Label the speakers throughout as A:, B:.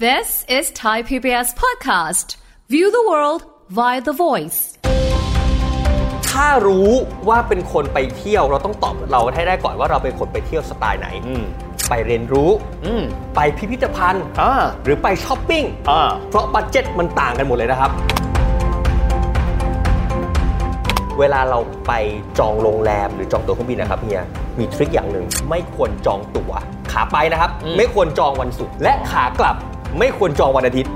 A: This is Thai PBS podcast. View the world via the voice.
B: ถ้ารู้ว่าเป็นคนไปเที่ยวเราต้องตอบเราให้ได้ก่อนว่าเราเป็นคนไปเที่ยวสไตล์ไหน
C: อืม
B: ไปเรียนรู้
C: อืม
B: ไปพิพิธภัณฑ์
C: อ่า
B: หรือไปช้อปปิ้ง
C: อ่า
B: เพราะบัตเจ็ตมันต่างกันหมดเลยนะครับ เวลาเราไปจองโรงแรมหรือจองตั๋วเครื่องบินนะครับเฮีย มีทริคอย่างหนึ่งไม่ควรจองตั๋วขาไปนะครับ
C: อืม
B: ไม่ควรจองวันศุกร์และขากลับไม่ควรจองวันอาทิตย์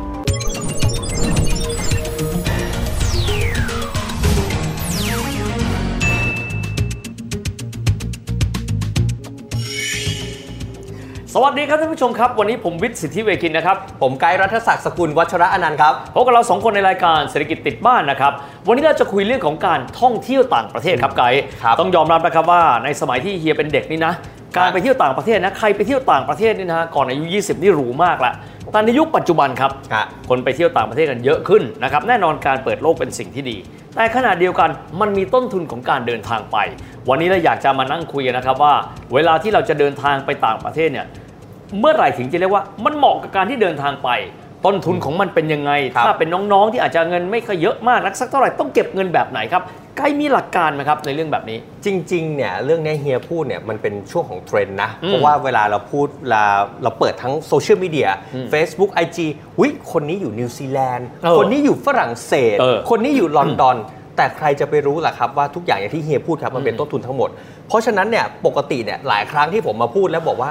C: สวัสดีครับท่านผู้ชมครับ วันนี้ผมวิทย์สิทธิเวคินนะครับ
B: ผมไกด์รัฐศักดิ์สกุลวัชระอนันต์ครับ
C: พบกับเราสองคนในรายการเศรษฐกิจติดบ้านนะครับ วันนี้เราจะคุยเรื่องของการท่องเที่ยวต่างประเทศครับไกด์
B: ครับ
C: ต้องยอมรับนะครับว่าในสมัยที่เฮียเป็นเด็กนี่นะ การไปเที่ยวต่างประเทศนะ ใครไปเที่ยวต่างประเทศนี่นะก่อนอายุ 20 นี่หรูมากละแต่ในยุคปัจจุบันครับ
B: ครับ
C: คนไปเที่ยวต่างประเทศกันเยอะขึ้นนะครับแน่นอนการเปิดโลกเป็นสิ่งที่ดี แต่ขณะเดียวกันมันมีต้นทุนของการเดินทางไป วันนี้เราอยากจะมานั่งคุยกันนะครับว่า เวลาที่เราจะเดินทางไปต่างประเทศเนี่ยเมื่อไหร่ถึงจะเรียกว่ามันเหมาะกับการที่เดินทางไป ต้นทุนของมันเป็นยังไง
B: ครับ
C: ถ้าเป็นน้องๆที่อาจจะเงินไม่ค่อยเยอะมากนักสักเท่าไหร่ต้องเก็บเงินแบบไหนครับใกล้มีหลักการไหมครับในเรื่องแบบนี้
B: จริงๆ เนี่ยเรื่องเนี้ยเฮียพูดเนี่ยมันเป็นช่วงของเทรนด์นะ
C: อืม
B: เพราะว่าเวลาเราพูดเวลาเราเปิดทั้งโซเชียลมีเดีย Facebook IG วิคนนี้อยู่นิวซีแลนด์
C: เออ
B: คนนี้อยู่ฝรั่งเศส
C: เออ
B: คนนี้อยู่ลอนดอน แต่ใครจะไปรู้ล่ะครับว่าทุกอย่างอย่างที่เฮียพูดครับมันเป็นต้นทุนทั้งหมด เพราะฉะนั้นเนี่ยปกติเนี่ยหลายครั้งที่ผมมาพูดแล้วบอกว่า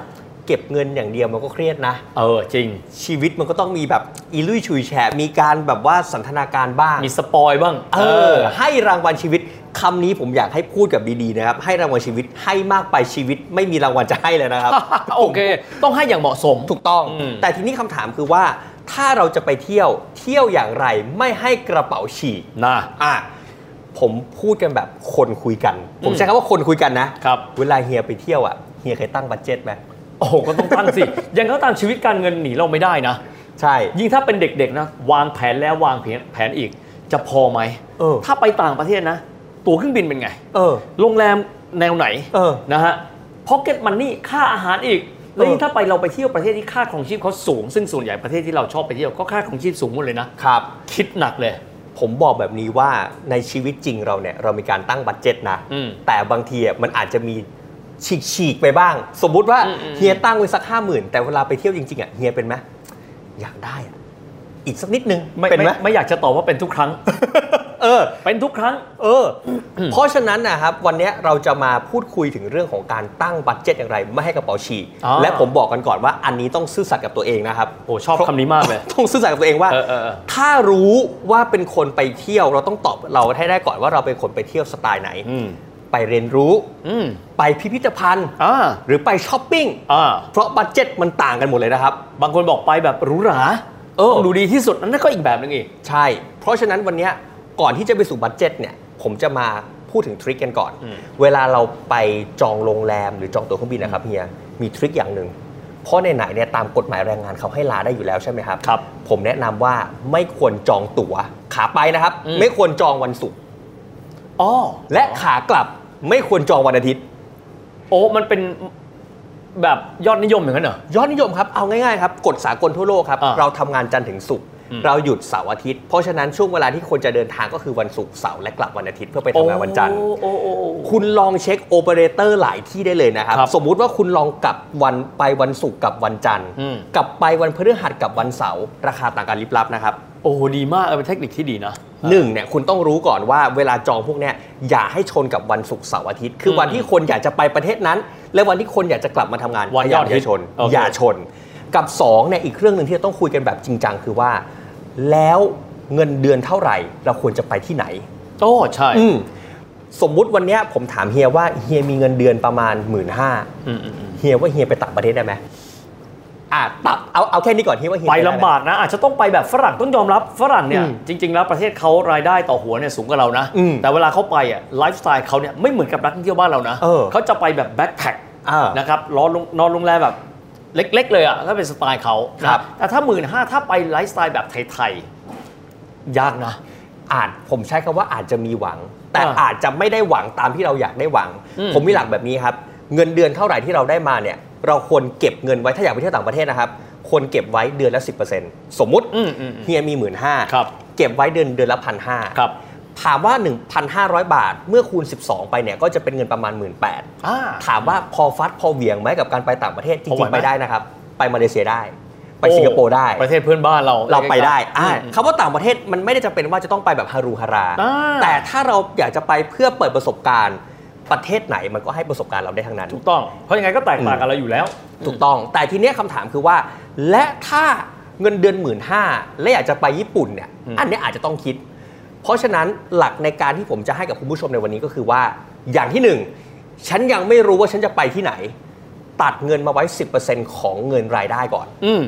B: เก็บเงินอย่างเดียวมันก็เครียดนะ
C: เออจริง
B: ชีวิตมันก็ต้องมีแบบอีลุยชุยแฉะมีการแบบว่าสันทนาการบ้าง
C: มีสปอยบ้าง
B: เออให้รางวัลชีวิตคำนี้ผมอยากให้พูดกับดีๆนะครับ ให้รางวัลชีวิตให้มากไปชีวิต ไม่มีรางวัลจะให้เลยนะครับ
C: โอเค ต้องให้อย่างเหมาะสม
B: ถูกต้อง
C: อืม
B: แต่ทีนี้คำถามคือว่า ถ้าเราจะไปเที่ยวเที่ยวอย่างไรไม่ให้กระเป๋าฉีก
C: นะ
B: อ่ะผมพูดกันแบบคนคุยกัน ผม
C: อืม
B: ใช้คำว่าคนคุยกันนะครับ เวลาเฮียไปเที่ยวอ่ะเฮียเคยตั้งบัตเจ็ตไหม
C: โอ้โหก็ต้องตั้งสิ ยังเขาตามชีวิตการเงินหนีเราไม่ได้นะ
B: ใช่
C: ยิ่งถ้าเป็นเด็กๆนะ วางแผนแล้ววางแผนแผนอีก จะพอไหม
B: เออ
C: ถ้าไปต่างประเทศนะ ตั๋วเครื่องบินเป็นไง
B: เออ
C: โรงแรมแนวไหน
B: เออ
C: นะฮะพ็อกเก็ตมันนี่ค่าอาหารอีก แล้วยิ่งถ้าไปเราไปเที่ยวประเทศที่ค่าของชีพเขาสูง ซึ่งส่วนใหญ่ประเทศที่เราชอบไปเที่ยวก็ค่าของชีพสูงหมดเลยนะ
B: ครับ
C: คิดหนักเลย
B: ผมบอกแบบนี้ว่าในชีวิตจริงเราเนี่ยเรามีการตั้งบัตเจ็ตนะ
C: อืม
B: แต่บางทีอ่ะมันอาจจะมีฉีกฉีกๆไปบ้าง สมมุติว่า
C: อืมอืม
B: เฮียตั้งไว้สักห้าหมื่นแต่เวลาไปเที่ยวจริงๆอ่ะเฮียเป็นไหมอยากได้อ่ะอีกสักนิดนึง
C: ไม่
B: เป็นไหม
C: ไม่ไม่อยากจะตอบว่าเป็นทุกครั้ง
B: เออ
C: เป็นทุกครั้ง
B: เออ เพราะฉะนั้นนะครับวันเนี้ยเราจะมาพูดคุยถึงเรื่องของการตั้งบัตเจ็ตอย่างไร ไม่ให้กระเป๋าฉีก
C: อ๋อ
B: และผมบอกกันก่อนว่าอันนี้ต้องซื่อสัตย์กับตัวเองนะครับ
C: โอ้ชอบคำนี้มาก เลย
B: ต้องซื่อสัตย์กับตัวเองว่า
C: เออเออเออ
B: ถ้ารู้ว่าเป็นคนไปเที่ยวเราต้องตอบเราให้ได้ก่อนว่าเราเป็นคนไปเที่ยวสไตล์ไหน
C: อืม
B: ไปเรียนรู้
C: อืม
B: ไปพิพิธภัณฑ์
C: อ่า
B: หรือไปช้อปปิ้ง
C: อ่า
B: เพราะบัตเจ็ตมันต่างกันหมดเลยนะครับ
C: บางคนบอกไปแบบหรูหรา
B: เออ
C: ต้องดูดีที่สุดนั่นก็อีกแบบหนึงอีก
B: ใช่ เพราะฉะนั้นวันเนี้ยก่อนที่จะไปสู่บัตเจ็ตเนี่ยผมจะมาพูดถึงทริคกันก่อน
C: อืม
B: เวลาเราไปจองโรงแรมหรือจองตั๋วเครื่องบินนะครับเฮียมีทริคอย่างหนึ่งเพราะในไหนๆเนี่ยตามกฎหมายแรงงานเขาให้ลาได้อยู่แล้วใช่ไหมครับ
C: ครับ
B: ผมแนะนำว่าไม่ควรจองตั๋วขาไปนะครับ
C: อืม
B: ไม่ควรจองวันศุกร์
C: อ๋อ
B: และขากลับไม่ควรจองวันอาทิตย์
C: โอ้มันเป็นแบบยอดนิยมอย่างนั้นเหรอ
B: ยอดนิยมครับ เอาง่ายๆครับกฎสากลทั่วโลกครับ
C: อ่า
B: เราทำงานจันทร์ถึงศุกร์
C: อืม
B: เราหยุดเสาร์อาทิตย์ เพราะฉะนั้นช่วงเวลาที่คนจะเดินทางก็คือวันศุกร์เสาร์และกลับวันอาทิตย์เพื่อไปทำงานวันจันทร์
C: โอ้โอ้โอ้โอ้
B: คุณลองเช็คโอเปอเรเตอร์หลายที่ได้เลยนะครับ
C: ครับ
B: สมมุติว่าคุณลองกลับวันไปวันศุกร์กับวันจันทร์
C: อืม
B: กลับไปวันพฤหัสกับวันเสาร์ราคาต่างกันลิบลับนะครับ
C: โอ้โหดีมากเออเป็นเทคนิคที่ดีนะ
B: หนึ่งเนี่ยคุณต้องรู้ก่อนว่าเวลาจองพวกเนี้ยอย่าให้ชนกับวันศุกร์เสาร์อาทิตย์ คืออ
C: ม
B: วันที่คนอยากจะไปประเทศนั้น และวันที่คนอยากจะกลับมาทำงาน
C: วัน
B: พาย ยา
C: อ
B: ม
C: ดฮิ
B: อย่า
C: ต
B: ชน
C: โอเค
B: อย่าชน กับ2เนี่ยอีกเรื่องหนึ่งที่จะต้องคุยกันแบบจริงจังคือว่า แล้วเงินเดือนเท่าไหร่ เราควรจะไปที่ไหน
C: โอ้ใช่
B: อืมสมมุติวันเนี้ยผมถามเฮียว่าเฮียมีเงินเดือนประมาณหมื่นห้า
C: อืมอืมอืม
B: เฮียว่าเฮียไปต่างประเทศได้ไหมอ่ะตับเอาเอาแค่นี้ก่อนเฮียว่าเฮีย
C: ไป
B: ด้หม
C: ลำบากนะ อาจจะต้องไปแบบฝรั่งต้องยอมรับฝรั่งเนี่ย
B: อืม
C: จริง ๆ แล้วประเทศเขารายได้ต่อหัวเนี่ยสูงกว่าเรานะ
B: อืม
C: แต่เวลาเขาไปอ่ะไลฟ์สไตล์เขาเนี่ยไม่เหมือนกับนักท่องเที่ยวบ้านเรานะ
B: เออ
C: จะไปแบบแบ็คแพ็ค
B: อ่าน
C: นะครับนอนโรงนอนโรงแรมแบบเล็ก ๆ เลยอ่ะถ้าเป็นสไตล์เขา
B: ครั
C: นะ
B: บ
C: แต่ถ้าหมื่นห้าถ้าไปไลฟ์สไตล์แบบไทยๆยากนะ
B: อาจผมใช้คำว่าอาจจะมีหวัง แต่
C: อ่า
B: อาจจะไม่ได้หวังตามที่เราอยากได้หวัง
C: อืม
B: ผมมีหลักแบบนี้ครับ เงินเดือนเท่าไหร่ที่เราได้มาเนี่ย เราควรเก็บเงินไว้ถ้าอยากไปเที่ยวต่างประเทศนะครับ คนเก็บไว้เดือนละ 10%สมมุติ
C: อืมอืมอืม
B: เฮียมีหมื่นห้า
C: ครับ
B: เก็บไว้เดือนเดือนละพันห้า
C: ครับ
B: ถามว่า 1,500 บาทเมื่อคูณ 12 ไปเนี่ยก็จะเป็นเงินประมาณ 1 8ื่น
C: อ่า
B: ถามว่าพอฟัดพอเหวี่ยงไหมกับการไปต่างประเทศจ
C: พอไหว
B: ริงๆ
C: ไหม
B: ไปได้นะครับ ไปมาเลเซียได้ ไปสิงคโปร์ได้
C: ประเทศเพื่อนบ้านเรา
B: เราไปได้อ่า
C: อืม
B: คำว่าต่างประเทศมันไม่ได้จะเป็นว่าจะต้องไปแบบฮารูฮารา
C: อ่า
B: แต่ถ้าเราอยากจะไปเพื่อเปิดประสบการณ์ ประเทศไหนมันก็ให้ประสบการณ์เราได้ทั้งนั้น
C: ถูกต้อง เพราะยังไงก็แตกต่างกันเราอยู่แล้ว
B: ถูกต้อง แต่ทีเนี้ยคำถามคือว่า และถ้าเงินเดือนหมื่นห้าและอยากจะไปญี่ปุ่นเนี่ย
C: อืม
B: อันเนี้ยอาจจะต้องคิด เพราะฉะนั้นหลักในการที่ผมจะให้กับคุณผู้ชมในวันนี้ก็คือว่า อย่างที่หนึ่ง ฉันยังไม่รู้ว่าฉันจะไปที่ไหน ตัดเงินมาไว้ 10%ของเงินรายได้ก่อน
C: อืม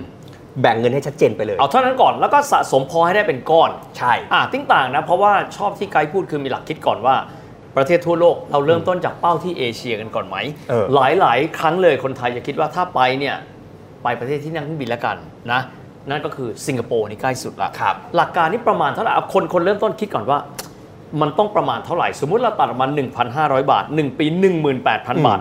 B: แบ่งเงินให้ชัดเจนไปเลย
C: เอาเท่านั้นก่อนแล้วก็สะสมพอให้ได้เป็นก้อน
B: ใช่
C: อ่าติ้งต่างนะ เพราะว่าชอบที่ไกด์พูดคือมีหลักคิดก่อนว่า ประเทศทั่วโลกเราเริ่มต้นจากเป้าที่เอเชียกันก่อนไหม
B: เออ
C: หลายหลายๆ ครั้งเลยคนไทยจะคิดว่าถ้าไปเนี่ย ไปประเทศที่นั่งเครื่องบินแล้วกันนะ นั่นก็คือสิงคโปร์นี่ใกล้สุดละ
B: ครับ
C: หลักการนี่ประมาณเท่าไหร่เอาคนคนเริ่มต้นคิดก่อนว่า มันต้องประมาณเท่าไหร่ สมมุติเราตัดออกมา1,500 บาท 1 ปี 18,000 บาท
B: อื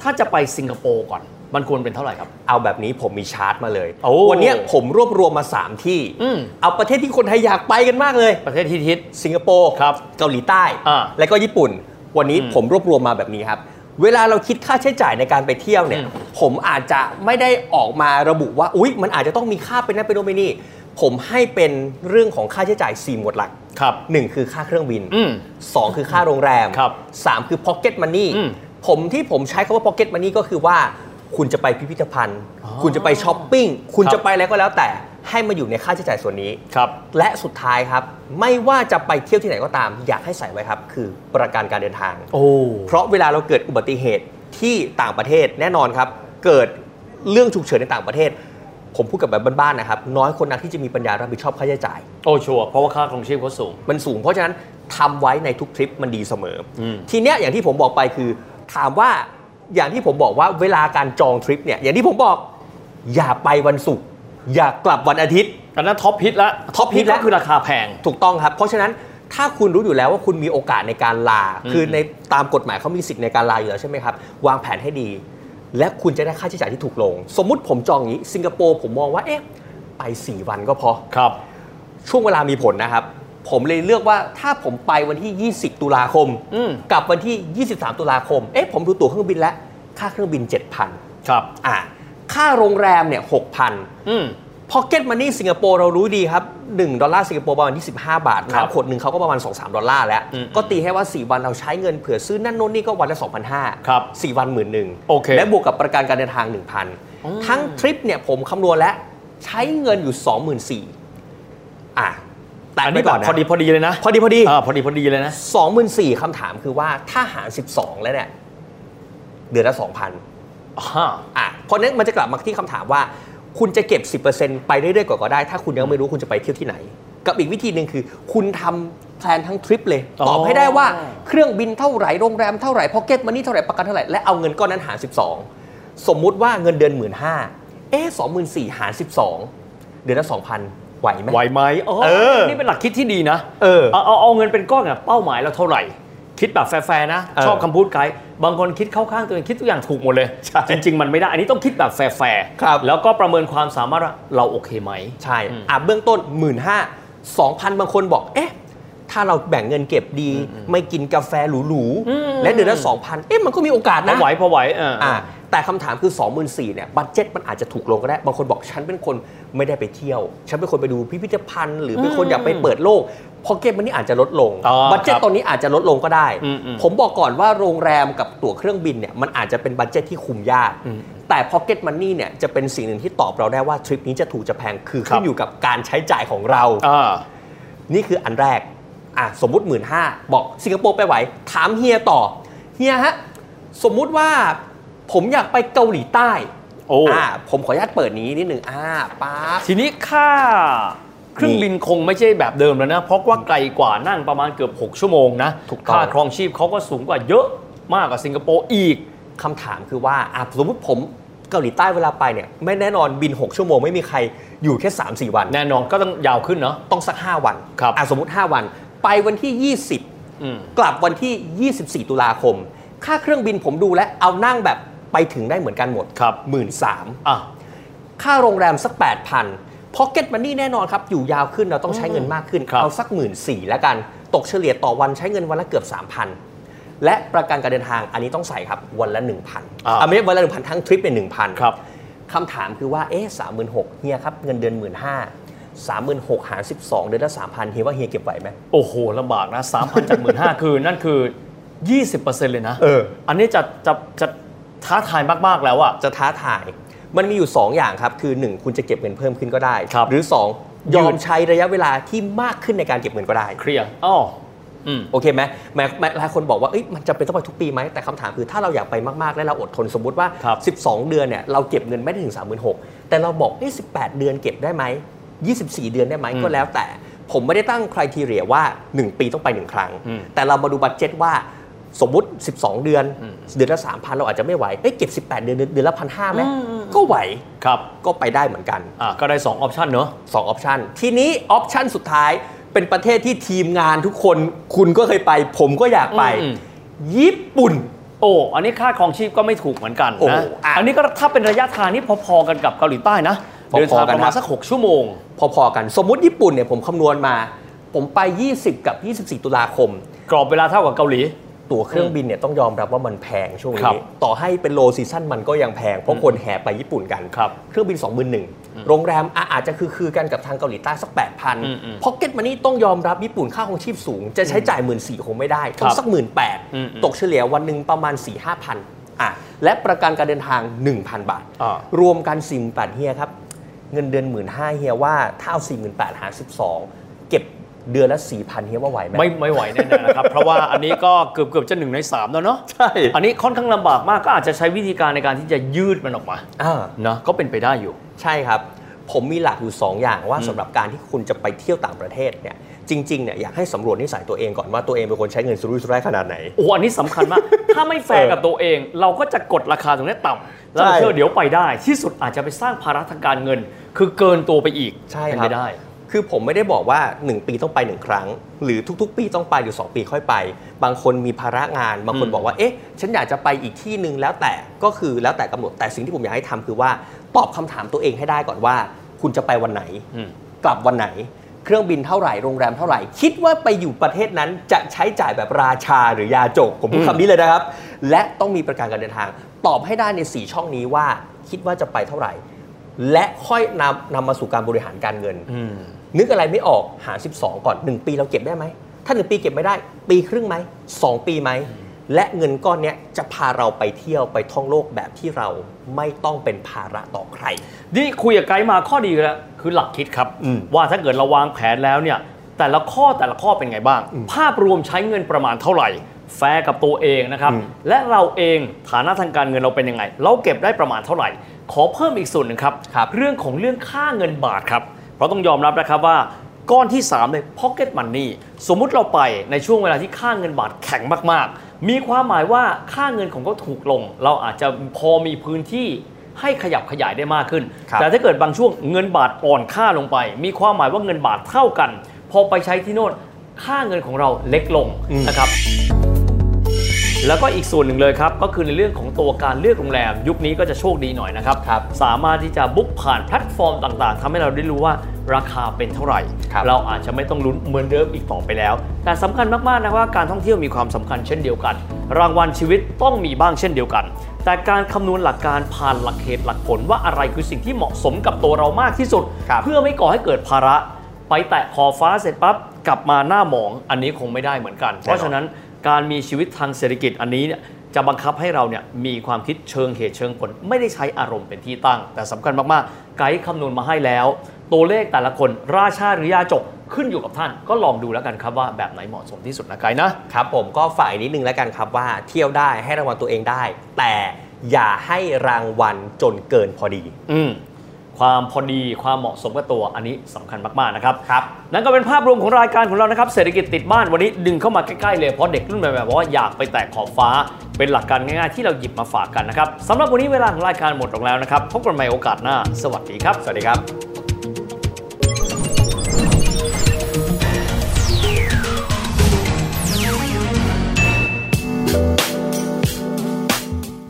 C: ถ้าจะไปสิงคโปร์ก่อน มันควรเป็นเท่าไหร่ครับ
B: เอาแบบนี้ผมมีชาร์ตมาเลย
C: โอ้
B: วันเนี้ยผมรวบรวมมา 3 ที่
C: อืม
B: เอาประเทศที่คนไทยอยากไปกันมากเลย
C: ประเทศที่ฮิต
B: สิงคโปร์
C: ครับ
B: เกาหลีใต้
C: อ่า
B: และก็ญี่ปุ่น วันนี้
C: อืม
B: ผมรวบรวมมาแบบนี้ครับ เวลาเราคิดค่าใช้จ่ายในการไปเที่ยวเนี่ย
C: อืม
B: ผมอาจจะไม่ได้ออกมาระบุว่า อุ๊ย มันอาจจะต้องมีค่าเป็นนั่นเป็นโนนไปนี่ ผมให้เป็นเรื่องของค่าใช้จ่าย 4 หมวดหลัก
C: ครับ
B: 1 คือค่าเครื่องบิน
C: อืม
B: 2 คือค่าโรงแรม
C: ครับ
B: 3 คือ pocket money
C: อืม
B: ผมที่ผมใช้คาว่า pocket money ก็คือว่า คุณจะไปพิพิธภัณฑ์
C: อ๋อ
B: คุณจะไปช้อปปิ้ง คุณ
C: ครับ
B: จะไปอะไรก็แล้วแต่ ให้มาอยู่ในค่าใช้จ่ายส่วนนี้
C: ครับ
B: และสุดท้ายครับ ไม่ว่าจะไปเที่ยวที่ไหนก็ตาม อยากให้ใส่ไว้ครับ คือประกันการเดินทาง
C: โอ้
B: เพราะเวลาเราเกิดอุบัติเหตุที่ต่างประเทศแน่นอนครับ เกิดเรื่องฉุกเฉินในต่างประเทศ ผมพูดกับแบบบ้านๆนะครับ น้อยคนนักที่จะมีปัญญารับผิดชอบค่าใช้จ่าย
C: โอ้ชัวร์เพราะว่าค่าครองชีพเขาสูง
B: มันสูงเพราะฉะนั้นทำไว้ในทุกทริปมันดีเสมออ
C: ม
B: ทีเนี้ยอย่างที่ผมบอกไปคือ ถามว่าอย่างที่ผมบอกว่าเวลาการจองทริปเนี่ยอย่างที่ผมบอกอย่าไปวันศุกร์อย่ากลับวันอาทิตย์
C: อันนั้นท็อปฮิตละ
B: top hit ละ
C: ก็คือราคาแพง
B: ถูกต้องครับ เพราะฉะนั้นถ้าคุณรู้อยู่แล้วว่าคุณมีโอกาสในการลา
C: อืม
B: คือในตามกฎหมายเขามีสิทธิ์ในการลาอยู่แล้วใช่ไหมครับ วางแผนให้ดี และคุณจะได้ค่าใช้จ่ายที่ถูกลง สมมุติผมจองอย่างนี้ สิงคโปร์ผมมองว่า เอ๊ะ ไป 4 วันก็พอ
C: ครับ
B: ช่วงเวลามีผลนะครับ ผมเลยเลือกว่าถ้าผมไปวันที่ 20 ตุลาคม
C: อืม
B: กับวันที่ 23 ตุลาคม เอ๊ะผมดูตั๋วเครื่องบินแล้ว ค่าเครื่องบิน 7,000
C: ครับ
B: อ่าค่าโรงแรมเนี่ย6,000
C: อืม
B: พอเก็ตมันนี่สิงคโปร์เรารู้ดีครับ 1 ดอลลาร์สิงคโปร์ประมาณ 25 บาท
C: ครับ
B: น้ำขวดหนึ่งเขาก็ประมาณ 2-3 ดอลลาร์แล้ว ก็ตีให้ว่า 4 วันเราใช้เงินเผื่อซื้อนั่นโน่นนี่ก็วันละ 2,500
C: ครับ
B: 4 วันหมื่นหนึ่ง
C: โอเค
B: และบวกกับประกันการเดินทาง 1,000 ทั้งทริปเนี่ยผมคำนวณแล้วใช้เงินอยู่ 24,000อ่ะแต่
C: อัน
B: ไป
C: นี้แบ
B: ก่อน
C: บ
B: นะ
C: พอดีพอดีเลยนะ
B: พอดีพอดี
C: อ่าพอดีพอดีเลยนะ
B: 24,000คำถามคือว่าถ้าหาร 12 แล้วเนี่ยเดือนละ 2,000
C: อ่า
B: อ่ะเพราะฉะนั้นมันจะกลับมาที่คำถามว่า คุณจะเก็บ 10%ไปเรื่อยๆก่อนก็ได้ ถ้าคุณยังไม่รู้คุณจะไปเที่ยวที่ไหน กับอีกวิธีหนึ่งคือ คุณทำแพลนทั้งทริปเลย
C: อ๋อ
B: ตอบให้ได้ว่าเครื่องบินเท่าไหร่โรงแรมเท่าไหร่พ็อกเก็ตมันนี่เท่าไหร่ประกันเท่าไหร่ และเอาเงินก้อนนั้นหาร 12 สมมุติว่าเงินเดือนหมื่นห้าเอ๊ะสองหมื่นสี่หาร 12 เดือนละสองพันไหวไหม
C: ไหวไหมเอ
B: เออ
C: นี่เป็นหลักคิดที่ดีนะ
B: เออ
C: เอาเอาเอาเงินเป็นก้อนอะเป้าหมายเราเท่าไหร่ คิดแบบแฟร์ๆนะ
B: เออ
C: ชอบคำพูดไกด์บางคนคิดเข้าข้างตัวเองคิดทุกอย่างถูกหมดเลย
B: ใช่
C: จริง ๆ มันไม่ได้ อันนี้ต้องคิดแบบแฟร์
B: ครับ
C: แล้วก็ประเมินความสามารถว่าเราโอเคไหม
B: ใช่ อ่ะเบื้องต้น 1 5ื่นห้าสองพันบางคนบอก เอ๊ะ ถ้าเราแบ่งเงินเก็บดี ไม่กินกาแฟหรูๆ และเดือนละสองพันเอ๊ะ มันก็มีโอกาส
C: พอ
B: นะ
C: ไหวพอไหวเอออ
B: อ่าแต่คำถามคือ 2 4 0 0 0เนี่ยบัตเจ็ตมันอาจจะถูกลงก็ได้ บางคนบอกฉันเป็นคนไม่ได้ไปเที่ยว ฉันเป็นคนไปดูพิพิธภัณฑ์ หรือเป็นคนอยากไปเปิดโลกพอเกมมันนี่อาจจะลดลง
C: อ๋อ
B: บัตเจ็ต
C: ครับ
B: ตอนนี้อาจจะลดลงก็ได้
C: อืมอืม
B: ผมบอกก่อนว่าโรงแรมกับตั๋วเครื่องบินเนี่ยมันอาจจะเป็นบัตเจ็ตที่คุมยาก แต่พ็อกเก็ตมันนี่เนี่ยจะเป็นสิ่งหนึ่งที่ตอบเราได้ว่าทริปนี้จะถูกจะแพงคือ
C: ครั
B: ขึ้
C: บ
B: นอยู่กับการใช้จ่ายของเรา
C: อ่า
B: นี่คืออันแรก อ่ะ สมมุติหมื่นห้าบอกสิงคโปร์ไปไหว ถามเฮียต่อ เฮียฮะ สมมุติว่าผมอยากไปเกาหลีใต้
C: โอ้
B: ะผมขออนุญาตเปิดนี้นิดหนึ่งอ่าป๊าบ
C: ทีนี้ค่าเครื่องบินคงไม่ใช่แบบเดิมแล้วนะ เพราะว่าไกลกว่านั่งประมาณเกือบ 6 ชั่วโมงนะ
B: ถูกต้อง
C: ค่าครองชีพเขาก็สูงกว่าเยอะมากกว่าสิงคโปร์อีก
B: คำถามคือว่าอ่ะสมมติผมเกาหลีใต้เวลาไปเนี่ย ไม่แน่นอนบิน 6 ชั่วโมงไม่มีใครอยู่แค่ 3-4 วัน
C: แน่นอนก็ต้องยาวขึ้นเนาะ
B: ต้องสัก 5 วัน
C: ครับ
B: อ่ะสมมติ 5 วัน ไปวันที่ 20
C: อืม
B: กลับวันที่ 24 ตุลาคม ค่าเครื่องบินผมดูและเอานั่งแบบไปถึงได้เหมือนกันหมด
C: ครับ
B: หมื่นสาม
C: อ่ะ
B: ค่าโรงแรมสัก 8,000พ็อกเก็ตมันนี่แน่นอนครับ อยู่ยาวขึ้นเราต้องใช้เงินมากขึ้น
C: ครับ
B: เอาสักหมื่นสี่แล้วกัน ตกเฉลี่ยต่อวันใช้เงินวันละเกือบ 3,000 และประกันการเดินทางอันนี้ต้องใส่ครับวันละ 1,000
C: อ่า
B: อ่าไม่ใช่วันละ 1,000 ทั้งทริปเป็น1,000
C: ครับ
B: คำถามคือว่า เอ๊ะสามหมื่นหกเฮียครับ เงินเดือนหมื่นห้าสามหมื่นหกหารสิบสองเดือนละสามพันเฮียว่าเฮียเก็บไหวไหม
C: โอ้โหลำบากนะสามพันจากหมื่นห้าคือ นั่นคือ 20%เลยนะ
B: เออ
C: นนี้จะจะจะท้าทายมาก ๆ แล้วอะ
B: จะท้าทาย มันมีอยู่ 2 อย่างครับ คือ 1 คุณจะเก็บเงินเพิ่มขึ้นก็ได้
C: ครับ
B: หรือ 2 ยอ
C: ยื
B: ม
C: ด
B: ใช้ระยะเวลาที่มากขึ้นในการเก็บเงินก็ได้
C: เคลียร์อ๋ออืม
B: โอเคไหมหมายหมายหลายคนบอกว่าเอ้ยมันจะเป็นต้องไปทุกปีไหมแต่คำถามคือถ้าเราอยากไปมาก ๆ และเราอดทนสมมติว่า
C: ครับ
B: 12 เดือนเนี่ยเราเก็บเงินไม่ได้ถึง 3 6 0 0 0แต่เราบอกเอ้ย18 เดือนเก็บได้ไหม 24 เดือนได้ไหมก็แล้วแต่ผมไม่ได้ตั้งคุณทีเรียว่า 1 ปีต้องไป 1 ครั้ง แต่เรามาดูบัตเจ็ตว่าสมมติ 12 เดือน เดือนละ 3,000 เราอาจจะไม่ไหวเอ้ยเก็บ 18 เดือนเดือนละพันห้าไหมก็ไหว
C: ครับ
B: ก็ไปได้เหมือนกัน
C: อ่ะก็ได้2องออปชันเนอะ
B: สองออปชันทีนี้ออปชันสุดท้ายเป็นประเทศที่ทีมงานทุกคนคุณก็เคยไป ผมก็อยากไป
C: อืม
B: ญี่ปุ่น
C: โอ้ อันนี้ค่าครองชีพก็ไม่ถูกเหมือนกัน
B: โอ้
C: นะ
B: อ่ะ
C: อันนี้ก็ถ้าเป็นระยะทางนี่พอๆกันกับเกาหลีใต้นะ
B: พอๆกัน
C: เดินทางประมา
B: ครั
C: ณ
B: บ
C: สัก 6 ชั่วโมง
B: พอๆกัน สมมติญี่ปุ่นเนี่ยผมคำนวณมา ผมไป 20 กับ 24 ตุลาคม
C: กรอบเวลาเท่ากับเกาหลี
B: ตั๋วเครื่องบินเนี่ยต้องยอมรับว่ามันแพงช่วง
C: ครั
B: นี้
C: บ
B: ต่อให้เป็นโลซีซั่นมันก็ยังแพง เพราะคนแห่ไปญี่ปุ่นกัน
C: ครับ
B: เครื่องบิน 2 1 0 0 0โรงแรมอ่ะอาจจะคือคือกันกับทางเกาหลีใต้สัก
C: อืมอืม
B: 8,000พ็อกเก็ตมันนี่ต้องยอมรับญี่ปุ่นค่าครองชีพสูง จะใช้จ่าย 1 4ื่นคงไม่ได้ ต้อ
C: ครั
B: ง
C: บ
B: สักหมื่นแปด
C: อืมอืม
B: ตกเฉลี่ยวันหนึ่งประมาณ 4 5 0 0 0อ่ะและประกันการเดินทาง 1,000 บาท
C: อ่าร
B: วมกัน4 8 0 0เฮียครับเงินเดือนหมื่นห้าเฮียว่าถ้าเอา4 8 0 0หาร12 เก็บเดือนละ4,000เฮียว่าไหวไหม
C: ไม่ไม่ไหวแน่ๆนะครับ เพราะว่าอันนี้ก็เกือบเกือบจะหนึ่งในสามแล้วเนาะ
B: ใช่
C: อันนี้ค่อนข้างลำบากมากก็อาจจะใช้วิธีการในการที่จะยืดมันออกมา
B: อ่า
C: เนอะก็เป็นไปได้อยู่
B: ใช่ครับ ผมมีหลักอยู่ 2 อย่างว่าสำหรับการที่คุณจะไปเที่ยวต่างประเทศเนี่ยจริงๆเนี่ยอยากให้สำรวจนิสัยตัวเองก่อนว่าตัวเองเป็นคนใช้เงินสุรุ่ยสุร่ายขนาดไหน
C: โอ้โหอันนี้สำคัญมาก ถ้าไม่แฟร์กับตัวเอง เราก็จะกดราคาตรงนี้ต่ำแล้วเรา
B: ใช่
C: เชื่อเดี๋ยวไปได้ ที่สุดอาจจะไปสร้างภาระทางการเงิน คือเกินตัวไปอีก
B: ใช่
C: เป็น
B: ครั
C: ไป
B: บ
C: ได้
B: คือผมไม่ได้บอกว่า 1 ปีต้องไป 1 ครั้ง หรือทุกๆ ปีต้องไปหรือ 2 ปีค่อยไป บางคนมีภาระงาน บางคน
C: อืม
B: บอกว่าเอ๊ะฉันอยากจะไปอีกที่หนึ่งแล้วแต่ก็คือแล้วแต่กำหนดแต่สิ่งที่ผมอยากให้ทำคือว่าตอบคำถามตัวเองให้ได้ก่อนว่า คุณจะไปวันไหน
C: อืม
B: กลับวันไหน เครื่องบินเท่าไหร่ โรงแรมเท่าไหร่ คิดว่าไปอยู่ประเทศนั้นจะใช้จ่ายแบบราชาหรือยาจก ผมพูด
C: อืม
B: คำนี้เลยนะครับ และต้องมีประกันการเดินทาง ตอบให้ได้ใน 4 ช่องนี้ว่า คิดว่าจะไปเท่าไหร่ และค่อยนำนำมาสู่การบริหารการเงิน
C: อืม
B: นึกอะไรไม่ออกหา 12 ก่อน 1 ปีเราเก็บได้ไหม ถ้า 1 ปีเก็บไม่ได้ ปีครึ่งไหม 2 ปีไหม และเงินก้อนเนี้ยจะพาเราไปเที่ยวไปท่องโลกแบบที่เราไม่ต้องเป็นภาระต่อใคร
C: นี่คุยกับไกด์มาข้อดีแล้วคือหลักคิดครับ
B: อืม
C: ว่าถ้าเกิดเราวางแผนแล้วเนี่ยแต่ละข้อแต่ละข้อเป็นไงบ้าง ภาพรวมใช้เงินประมาณเท่าไหร่ แฟร์กับตัวเองนะครับ
B: อืม
C: และเราเองฐานะทางการเงินเราเป็นยังไง เราเก็บได้ประมาณเท่าไหร่ ขอเพิ่มอีกส่วนหนึ่งครับ
B: ครับ
C: เรื่องของเรื่องค่าเงินบาทครับ เพราะต้องยอมรับนะครับว่าก้อนที่ 3 เลย pocket money สมมุติเราไปในช่วงเวลาที่ค่าเงินบาทแข็งมากๆ มีความหมายว่าค่าเงินของเขาถูกลง เราอาจจะพอมีพื้นที่ให้ขยับขยายได้มากขึ้น
B: ครับ
C: แต่ถ้าเกิดบางช่วงเงินบาทอ่อนค่าลงไป มีความหมายว่าเงินบาทเท่ากัน พอไปใช้ที่โน่นค่าเงินของเราเล็กลงนะครับ แล้วก็อีกส่วนหนึ่งเลยครับ ก็คือในเรื่องของตัวการเลือกโรงแรม ยุคนี้ก็จะโชคดีหน่อยนะครับ
B: ครับ
C: สามารถที่จะบุ๊กผ่านแพลตฟอร์มต่างๆทำให้เราได้รู้ว่าราคาเป็นเท่าไหร่
B: ครับ
C: เราอาจจะไม่ต้องลุ้นเหมือนเดิมอีกต่อไปแล้ว แต่สำคัญมากๆนะว่าการท่องเที่ยวมีความสำคัญเช่นเดียวกัน รางวัลชีวิตต้องมีบ้างเช่นเดียวกัน แต่การคำนวณหลักการผ่านหลักเหตุหลักผลว่าอะไรคือสิ่งที่เหมาะสมกับตัวเรามากที่สุด
B: ครับ
C: เพื่อไม่ก่อให้เกิดภาระ ไปแตะขอบฟ้าเสร็จปั๊บกลับมาหน้าหมองอันนี้คงไม่ได้เหมือนกัน เพราะฉะนั้นการมีชีวิตทางเศรษฐกิจอันนี้เนี่ยจะบังคับให้เราเนี่ยมีความคิดเชิงเหตุเชิงผล ไม่ได้ใช้อารมณ์เป็นที่ตั้ง แต่สำคัญมากๆ ไกด์คำนวณมาให้แล้ว ตัวเลขแต่ละคนราชาหรือยาจกขึ้นอยู่กับท่าน ก็ลองดูแล้วกันครับว่าแบบไหนเหมาะสมที่สุดนะไกด์นะ
B: ครับผมก็ฝ่ายนิดนึงแล้วกันครับว่าเที่ยวได้ให้รางวัลตัวเองได้ แต่อย่าให้รางวัลจนเกินพอดี
C: อืมความพอดีความเหมาะสมกับตัวอันนี้สำคัญมาก ๆ นะครับ
B: ครับ
C: นั่นก็เป็นภาพรวมของรายการของเรานะครับ เศรษฐกิจติดบ้านวันนี้ดึงเข้ามาใกล้ ๆ เลย เพราะเด็กรุ่นใหม่ๆบอกว่าอยากไปแตะขอบฟ้า เป็นหลักการง่าย ๆ ที่เราหยิบมาฝากกันนะครับสำหรับวันนี้เวลาของรายการหมดลงแล้วนะครับพบกันใหม่โอกาสหน้า สวัสดีครับ
B: สวัสดีครับ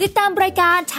A: ติดตามรายการถ